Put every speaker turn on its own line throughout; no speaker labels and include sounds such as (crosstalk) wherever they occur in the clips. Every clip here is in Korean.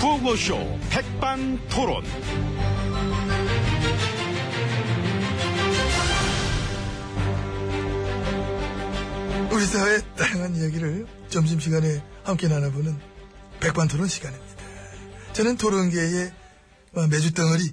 라디오쇼 백반토론.
우리 사회의 다양한 이야기를 점심시간에 함께 나눠보는 백반토론 시간입니다. 저는 토론계의 어, 매주 덩어리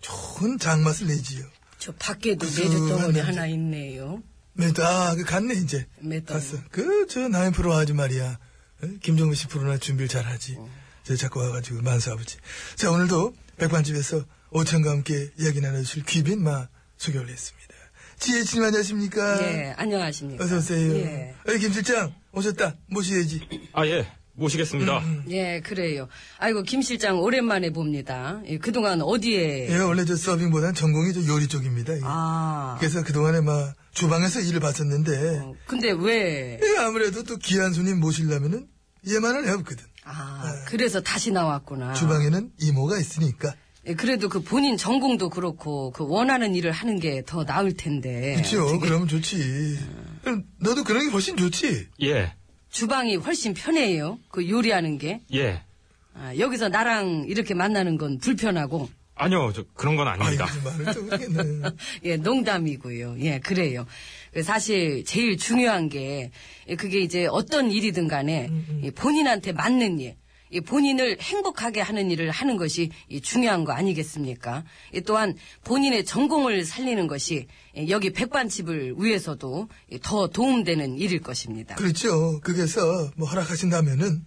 좋은 장맛을 내지요.
저 밖에도
구수한
메주 덩어리
냄새.
하나 있네요.
매주 아, 그 갔네 이제.
매주.
갔어. 그저 나인 프로 하지 말이야. 어? 김정은 씨 프로나 준비를 잘하지. 저 자꾸 와가지고 만수아버지. 자 오늘도 백반집에서 오천과 함께 이야기 나눠주실 귀빈 마 소개 올렸습니다. 지혜진님 안녕하십니까?
예, 안녕하십니까.
아, 어서오세요.
예.
김 실장, 오셨다. 모셔야지.
아, 예. 모시겠습니다.
예, 그래요. 아이고, 김 실장 오랜만에 봅니다. 예, 그동안 어디에.
예, 원래 저 서빙보단 전공이 저 요리 쪽입니다. 예.
아.
그래서 그동안에 막 주방에서 일을 봤었는데,
어, 근데 왜.
예, 아무래도 또 귀한 손님 모시려면은 얘만은 해없거든.
아, 그래서 다시 나왔구나.
주방에는 이모가 있으니까.
예, 그래도 그 본인 전공도 그렇고, 그 원하는 일을 하는 게 더 나을 텐데.
그렇죠. 그럼 좋지.
아.
그럼 너도 그런 게 훨씬 좋지.
예.
주방이 훨씬 편해요. 그 요리하는 게.
예.
아, 여기서 나랑 이렇게 만나는 건 불편하고.
아니요. 저 그런 건 아닙니다.
아이고, 예. 좀 말을 또 그렇겠네.
예, 농담이고요. 예, 그래요. 그 사실 제일 중요한 게 예, 그게 이제 어떤 일이든 간에
음,
이 본인한테 맞는 일, 이 본인을 행복하게 하는 일을 하는 것이 이 중요한 거 아니겠습니까? 이 또한 본인의 전공을 살리는 것이 예, 여기 백반집을 위해서도 예, 더 도움되는 일일 것입니다.
그렇죠. 그래서 뭐 허락하신다면은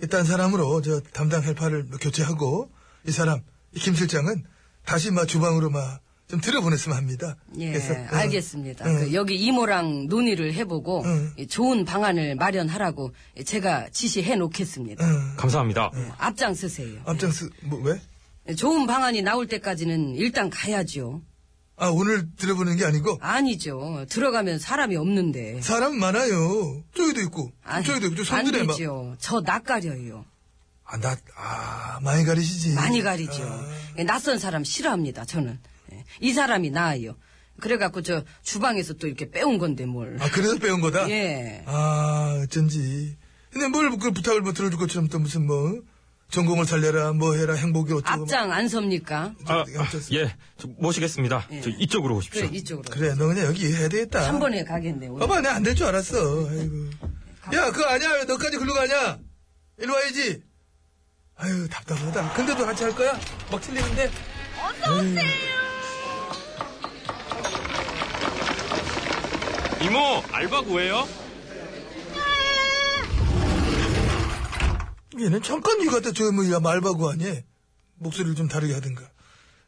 일단 사람으로 저 담당 헬파를 뭐 교체하고 이 사람 이 김 실장은 다시 막 주방으로 막 좀 들여보냈으면 합니다.
예,
그래서, 어,
알겠습니다.
어.
그 여기 이모랑 논의를 해보고
응.
이 좋은 방안을 마련하라고 예, 제가 지시해 놓겠습니다.
어,
감사합니다.
네. 앞장서세요.
앞장서 뭐 왜?
예, 좋은 방안이 나올 때까지는 일단 가야죠.
아 오늘 들여보는 게 아니고
아니죠. 들어가면 사람이 없는데.
사람 많아요. 저기도 있고
아니,
저기도 있고
안
손들에 막. 아,
되죠. 저 낯가려요.
아나아 많이 가리시지.
많이 가리죠.
아,
예, 낯선 사람 싫어합니다. 저는 예, 이 사람이 나아요. 그래갖고 저 주방에서 또 이렇게 빼온 건데 뭘.
아, 그래서 배운 거다.
예.
아 어쩐지. 근데 뭘 그 부탁을 뭐 들어줄 것처럼 또 무슨 뭐 전공을 살려라 뭐 해라 행복이 어쩌고 막
앞장 안 섭니까?
아,
저-
아, 예. 저 모시겠습니다.
예.
저 이쪽으로 오십시오.
그래 이쪽으로.
그렇죠. 그래, 너 그냥 여기 해야 되겠다.
한 번에 가겠네. 오늘.
봐봐, 내안될 줄 알았어. 아이고.
네,
야, 그거 아니야. 왜 너까지 글로 가냐? 일로 와야지. 아유, 답답하다. 근데도 같이 할 거야? 막 틀리는데?
이모, 알바 구해요?
얘는 잠깐 이 같아. 저, 뭐, 야, 말바구 아니? 목소리를 좀 다르게 하든가.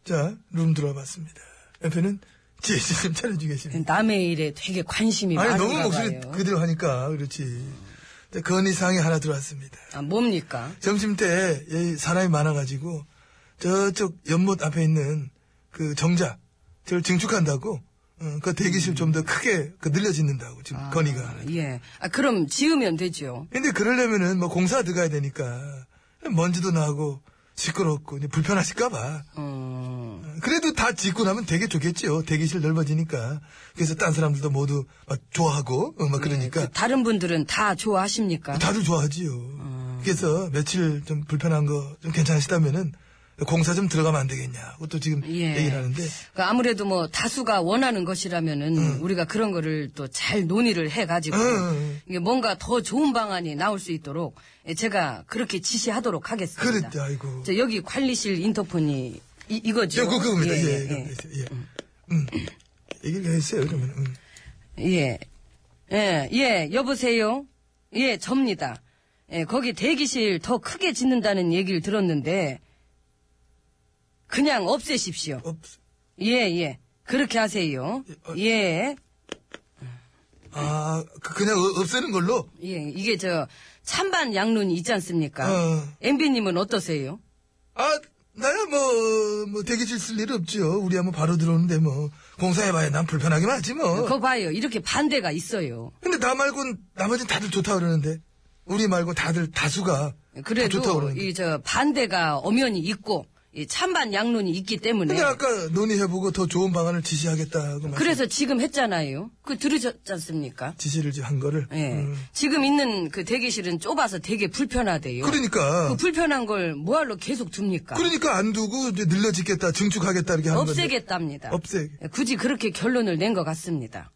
자, 룸 들어와 봤습니다. 옆에는 지혜씨님 차려주고 계시네.
남의 일에 되게 관심이
아니,
많은가
너무 목소리
봐요.
그대로 하니까, 그렇지. 자, 건의사항이 하나 들어왔습니다.
아, 뭡니까?
점심 때 예, 사람이 많아가지고 저쪽 연못 앞에 있는 그 정자 저를 증축한다고 어, 그
음.
대기실 좀 더 크게 그 늘려짓는다고 지금 건의가 하는.
예. 아, 그럼 지으면 되죠.
근데 그러려면은 뭐 공사 들어가야 되니까 먼지도 나고 시끄럽고 이제 불편하실까봐
어...
그래도 다 짓고 나면 되게 좋겠지요 대기실 넓어지니까 그래서 딴 사람들도 모두 막 좋아하고 어, 막 그러니까
네, 그 다른 분들은 다 좋아하십니까?
다들 좋아하지요.
음.
그래서 며칠 좀 불편한 거 좀 괜찮으시다면은 공사 좀 들어가면 안 되겠냐고 또 지금
예.
얘기를 하는데
그 아무래도 뭐 다수가 원하는 것이라면은 우리가 그런 거를 또 잘 논의를 해가지고
음.
이게 뭔가 더 좋은 방안이 나올 수 있도록 예, 제가 그렇게 지시하도록 하겠습니다.
그랬대 아이고
저 여기 관리실 인터폰이 이, 거죠
저 그- 그겁니다 예, 예, 예. 음. 얘기를 했어요 그러면 음.
예. 예, 예, 여보세요? 예, 접니다. 예, 거기 대기실 더 크게 짓는다는 얘기를 들었는데, 그냥 없애십시오.
없-
예, 예. 그렇게 하세요.
어.
예.
아 그- 그냥 어- 없애는 걸로
예, 이게 저, 찬반 양론이 있지 않습니까?
어.
엠비님은 어떠세요?
아 나야 뭐, 뭐 대기실 쓸 일 없지요 우리 한번 바로 들어오는데 뭐 공사해봐야 난 불편하기만 하지 뭐
그거 봐요. 이렇게 반대가 있어요.
근데 나 말고는 나머지는 다들 좋다 그러는데 우리 말고 다들 다수가 다
그래도
아, 좋다 그러는데
이 저 반대가 엄연히 있고 이 찬반 양론이 있기 때문에
근데 아까 논의해보고 더 좋은 방안을 지시하겠다고 말
네. 그래서 지금 했잖아요. 그 들으셨지 않습니까?
지시를 지금 한 거를.
예.
음.
지금 있는 그 대기실은 좁아서 되게 불편하대요.
그러니까
그 불편한 걸 뭐하러 계속 둡니까?
그러니까 안 두고 이제 늘려짓겠다, 증축하겠다 이렇게 하는 건데.
없애겠답니다.
없애게.
굳이 그렇게 결론을 낸 것 같습니다.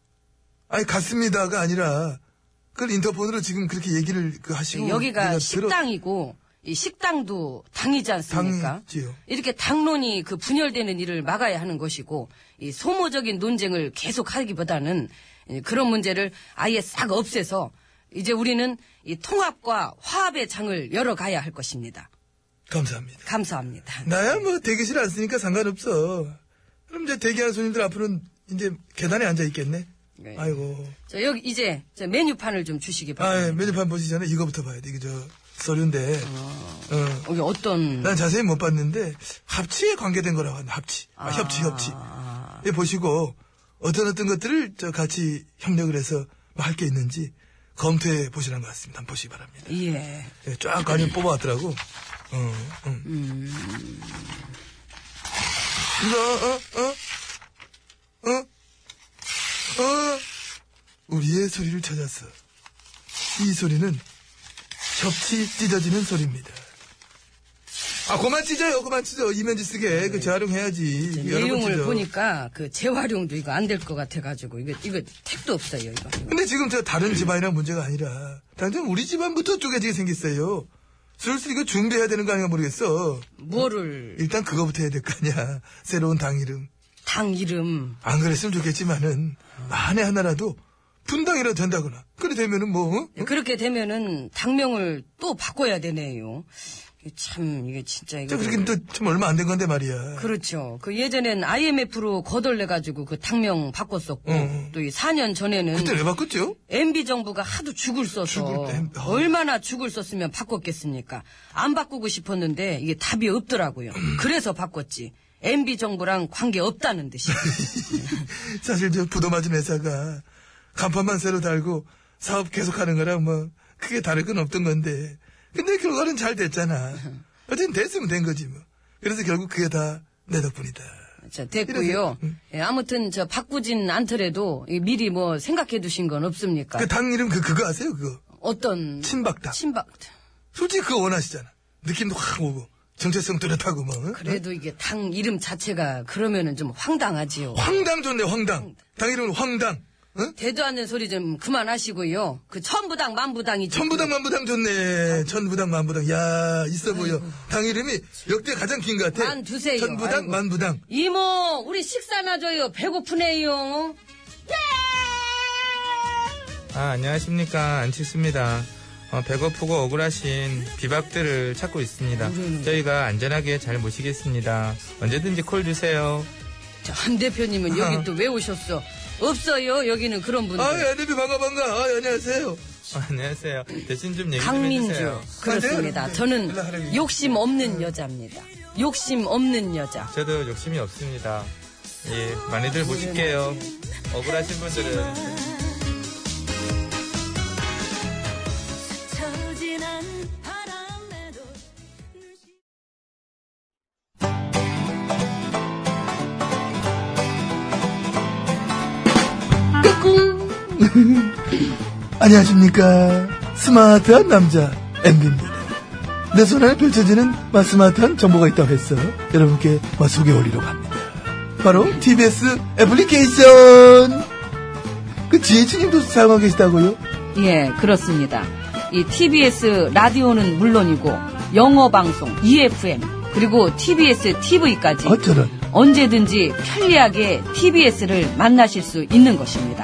아니 갔습니다가 아니라 그걸 인터폰으로 지금 그렇게 얘기를 그 하시고
네, 여기가
내가
식당이고 이 식당도 당이지 않습니까?
당이지요.
이렇게 당론이 그 분열되는 일을 막아야 하는 것이고 이 소모적인 논쟁을 계속하기보다는 이 그런 문제를 아예 싹 없애서 이제 우리는 이 통합과 화합의 장을 열어가야 할 것입니다.
감사합니다.
감사합니다.
나야 뭐 대기실 안 쓰니까 상관없어. 그럼 이제 대기하는 손님들 앞으로는 이제 계단에 앉아 있겠네.
네.
아이고.
저 여기 이제 저 메뉴판을 좀 주시기
아, 예,
바랍니다.
메뉴판 보시기 전에 이거부터 봐야 돼. 이게 저 서류인데. 어.
여기 어떤
난 자세히 못 봤는데 합치에 관계된 거라고 하는 합치, 아,
아.
협치, 협치. 예, 보시고 어떤 어떤 것들을 저 같이 협력을 해서 뭐 할 게 있는지 검토해 보시는 것 같습니다. 한번 보시기 바랍니다.
예.
예, 쫙 관련 뽑아왔더라고. 어, 음. 어, 어, 어, 어, 어. 우리의 소리를 찾았어. 이 소리는 협치 찢어지는 소리입니다. 아, 그만 찢어요, 그만 찢어. 이면지 쓰게. 그 재활용해야지. 여러 번
네. 내용을
찢어.
보니까 그 재활용도 이거 안 될 것 같아가지고 이거 이거 택도 없어요 이거.
근데 지금 저
네.
다른 집안이랑 문제가 아니라, 당장 우리 집안부터 쪼개지게 생겼어요. 슬슬 이거 준비해야 되는 거 아닌가 모르겠어.
뭐를
일단 그거부터 해야 될 거 아니야. (laughs) 새로운 당 이름.
당 이름
안 그랬으면 좋겠지만은, 만에 하나라도, 분당이라도 된다거나. 그래 되면은 뭐, 어?
그렇게 되면은 당명을 또 바꿔야 되네요. 이게 참 이게 진짜 이거.
저 그렇게 또좀 얼마 안 된 건데 말이야.
그렇죠. 그 예전엔 IMF로 거덜내 가지고 그 당명 바꿨었고
응.
또 이 4년 전에는
음. 그때 왜 바꿨죠? (laughs)
MB 정부가 하도 죽을 써서
죽을 때, 어.
얼마나 죽을 썼으면 바꿨겠습니까? 안 바꾸고 싶었는데 이게 답이 없더라고요.
음.
그래서 바꿨지. MB 정부랑 관계 없다는
(laughs)
듯이.
사실 저 부도 맞은 회사가 간판만 새로 달고 사업 계속하는 거랑 뭐 크게 다를 건 없던 건데 근데 결과는 잘 됐잖아 어쨌든 됐으면 된 거지 뭐 그래서 결국 그게 다 내 덕분이다
자, 됐고요.
음.
예, 아무튼 저 바꾸진 않더라도 이 미리 뭐 생각해 두신 건 없습니까?
그 당 이름 그 그거 아세요 그거
어떤
친박당
친박
솔직히 그거 원하시잖아 느낌도 확 오고 정체성 뚜렷하고 뭐 어?
그래도 이게 당 이름 자체가 그러면은 좀 황당하지요.
황당 좋네 황당 당 이름은 황당 어?
대도 않는 소리 좀 그만하시고요. 그 천부당 만부당이죠.
천부당 만부당 좋네 천부당 만부당 야 있어 보여 당 이름이 역대 가장 긴 것 같아
만 두세요.
천부당
아이고.
만부당
이모, 우리 식사나 줘요. 배고프네요.
아, 안녕하십니까. 안치수입니다. 어, 배고프고 억울하신 비박들을 찾고 있습니다.
음,
저희가 안전하게 잘 모시겠습니다. 언제든지 콜 주세요.
자, 한 대표님은 여기 또 왜 오셨어? 없어요. 여기는 그런 분들.
아, 연예비 반가 반가. 아, 안녕하세요.
어, 안녕하세요. 대신
예.
좀 얘기 좀
강민주.
네,
해주세요.
그렇습니다.
가세요. 일로
저는
하라고.
욕심 없는 여자입니다. 욕심 없는 여자.
저도 욕심이 없습니다. 예, 많이들 모실게요. 억울하신 분들은.
처지난 바람에도
안녕하십니까. 스마트한 남자, MB입니다. 내 손안에 펼쳐지는 마, 스마트한 정보가 있다고 해서 여러분께 마, 소개해드리려고 합니다. 바로 TBS 애플리케이션! 그 지혜진님도 사용하고 계시다고요?
예, 그렇습니다. 이 TBS 라디오는 물론이고 영어 방송 EFM 그리고 TBS TV까지
어쩌면.
언제든지 편리하게 TBS를 만나실 수 있는 것입니다.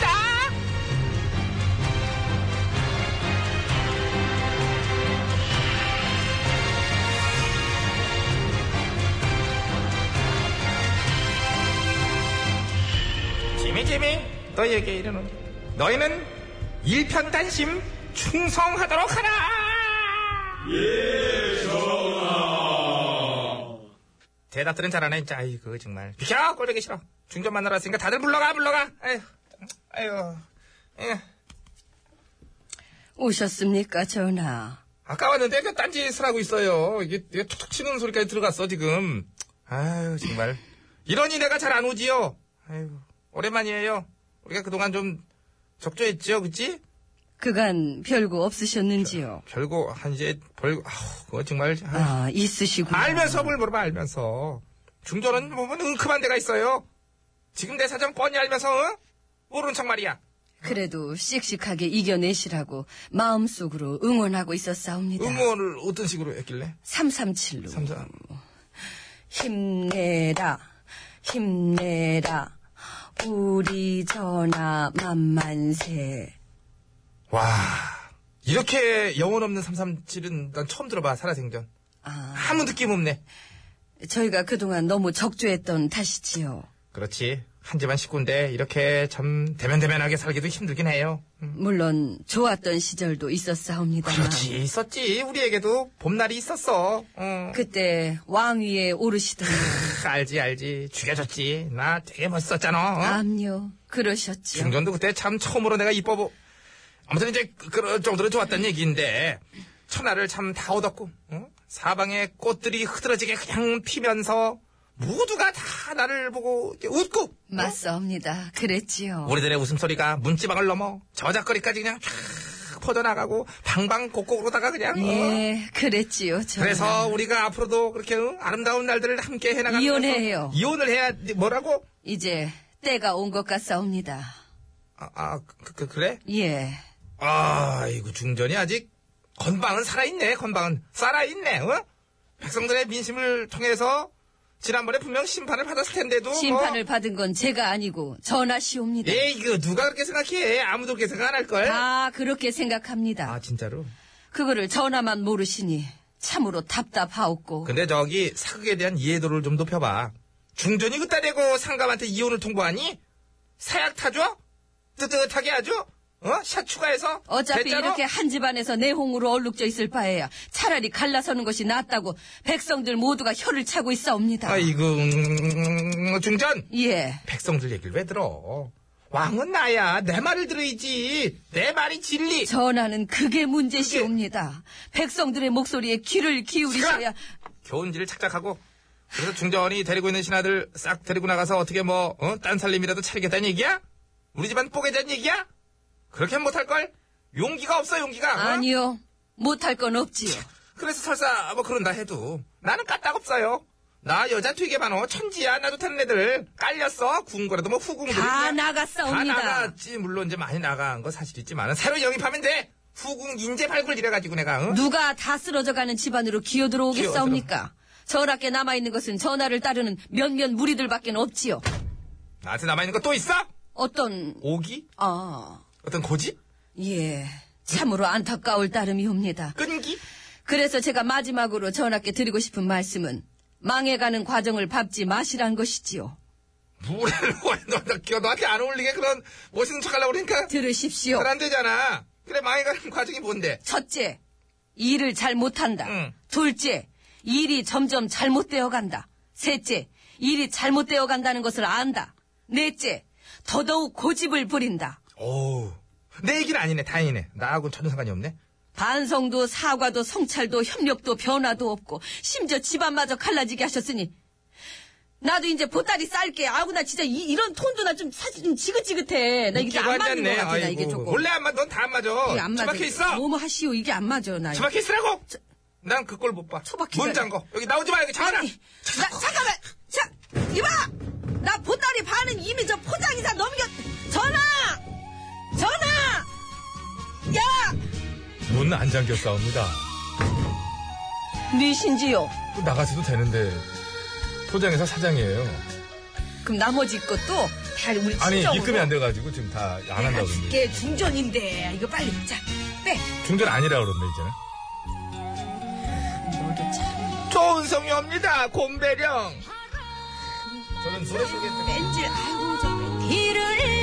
나는
힘이 너희에게 이르노니 너희는 일편단심 충성하도록 하라 대답들은 잘하네 진짜 아이고 정말 비켜 꼴보기 싫어 중전 만나러 왔으니까 다들 불러가 불러가 아휴 아휴 예.
오셨습니까, 전하?
아까 왔는데 그 딴짓을 하고 있어요 이게, 이게 툭툭 치는 소리까지 들어갔어 지금 아유 정말 이러니 내가 잘 안 오지요 아유 오랜만이에요 우리가 그동안 좀 적조했지요 그치?
그간 별거 없으셨는지요?
별거 한 이제 벌 아우 그거 정말 아유.
아, 있으시군요.
알면서 뭘 물어봐 알면서 중전은 보면 은큼한 데가 있어요 지금 내 사정 뻔히 알면서 어? 모르는 척 말이야
그래도 씩씩하게 이겨내시라고 마음속으로 응원하고 있었사옵니다.
응원을 어떤 식으로 했길래
337로.
삼삼
힘내라, 힘내라. 우리 전하 만만세.
와 이렇게 영혼 없는 337은 난 처음 들어봐 살아생전
아,
아무 느낌 없네
저희가 그동안 너무 적조했던 탓이지요.
그렇지 한 집안 식구인데 이렇게 참 대면대면하게 살기도 힘들긴 해요
물론 좋았던 시절도 있었사옵니다만.
그렇지 있었지 우리에게도 봄날이 있었어 어.
그때 왕위에 오르시던
크, 알지 알지 죽여줬지 나 되게 멋있었잖아 어?
암요 그러셨지요.
중전도 그때 참 처음으로 내가 이뻐보. 아무튼 이제 그- 그럴 정도로 좋았던 얘기인데 천하를 참 다 얻었고 어? 사방에 꽃들이 흐드러지게 그냥 피면서 모두가 다 나를 보고 이렇게 웃고 어?
맞사옵니다. 그랬지요.
우리들의 웃음소리가 문지방을 넘어 저작거리까지 그냥 쫙 퍼져나가고 방방곡곡으로다가 그냥 어?
예, 그랬지요. 저는.
그래서 우리가 앞으로도 그렇게 어? 아름다운 날들을 함께 해나가는
이혼해요.
거죠. 이혼을 해야 뭐라고?
이제 때가 온 것 같사옵니다.
아, 아 그, 그, 그래?
예,
아이고 중전이 아직 건방은 살아있네 건방은 살아있네 어? 백성들의 민심을 통해서 지난번에 분명 심판을 받았을 텐데도
심판을
뭐, 예,
받은 건 제가 아니고 전하시옵니다.
에이 이거 누가 그렇게 생각해 아무도 그렇게 생각 안 할걸
다 그렇게 생각합니다.
아 진짜로
그거를 전하만 모르시니 참으로 답답하옵고
근데 저기 사극에 대한 이해도를 좀 높여봐 중전이 그따대고 상감한테 이혼을 통보하니 사약 타줘 뜨뜻하게 하죠 어? 샷 추가해서
어차피
대짜로?
이렇게 한 집안에서 내홍으로 얼룩져 있을 바에야 차라리 갈라서는 것이 낫다고 백성들 모두가 혀를 차고 있사옵니다.
아이고 음, 중전
예,
백성들 얘기를 왜 들어? 왕은 나야. 내 말을 들어야지. 내 말이 진리.
전하는 그게 문제시옵니다. 백성들의 목소리에 귀를 기울이셔야
교훈지를 착착하고 그래서 중전이 데리고 있는 신하들 싹 데리고 나가서 어떻게 뭐 어? 딴 살림이라도 차리겠다는 얘기야? 우리 집안 뽀개자는 얘기야? 그렇게 못할 걸? 용기가 없어 용기가. 어?
아니요 못할 건 없지요.
그래서 설사 뭐 그런다 해도 나는 까딱 없어요. 나 여자 되게 많어. 천지야. 나도 타는 애들 깔렸어. 군거라도 뭐 후궁들.
다
그냥- 다
나갔사옵니다.
나갔지. 물론 이제 많이 나간 거 사실 있지만 새로 영입하면 돼. 후궁 인재 발굴 이래가지고 내가 응?
누가 다 쓰러져가는 집안으로 기어들어오겠사옵니까? 전하께 남아있는 것은 전하를 따르는 몇몇 무리들밖에 없지요.
나한테 남아있는 거 또 있어?
어떤
오기?
아
어떤 고집?
예. 참으로 안타까울 따름이옵니다.
끈기?
그래서 제가 마지막으로 전하께 드리고 싶은 말씀은 망해가는 과정을 밟지 마시란 것이지요.
(laughs) 뭐래를 너한테 끼워. 너한테 안 어울리게 그런 멋있는 척하려고 그러니까
들으십시오.
잘 안 되잖아. 그래 망해가는 과정이 뭔데?
첫째, 일을 잘 못한다.
응.
둘째, 일이 점점 잘못되어 간다. 셋째, 일이 잘못되어 간다는 것을 안다. 넷째, 더더욱 고집을 부린다.
어우 내 얘기는 아니네. 다행이네. 나하고는 전혀 상관이 없네.
반성도 사과도 성찰도 협력도 변화도 없고 심지어 집안마저 갈라지게 하셨으니 나도 이제 보따리 쌀게 아우 나 진짜 이, 런 톤도 나 좀 사실 좀 지긋지긋해 나 이게
웃기고
안 맞는
앉았네.
것 같아 나 이게
아이고.
조금
원래 안 맞아. 넌다 안 맞아.
이게 안 맞아
처박혀 있어.
뭐뭐 하시오 이게 안 맞아 나 이거.
처박혀 있으라고. 난 그 꼴 못 봐.
처박히잖아.
뭔 장거. 여기 나오지 마. 여기 자라.
나, 잠깐만! 자, 이봐! 나 보따리 반은 이미 저 포장이사 넘겨, 전화! 전화! 야!
문 안 잠겨 싸웁니다.
니신지요?
나가셔도 되는데 포장에서 사장이에요.
그럼 나머지 것도 다 우리 친정으로.
돼가지고 지금 다 안
아, 이게 중전인데, 이거 빨리, 자, 빼!
중전 아니라 그러네 이제는.
너도 참,
좋은 성유입니다 곰배령. 저는 노래 소개
뺀질, 아이고, 저 뺀질.
이를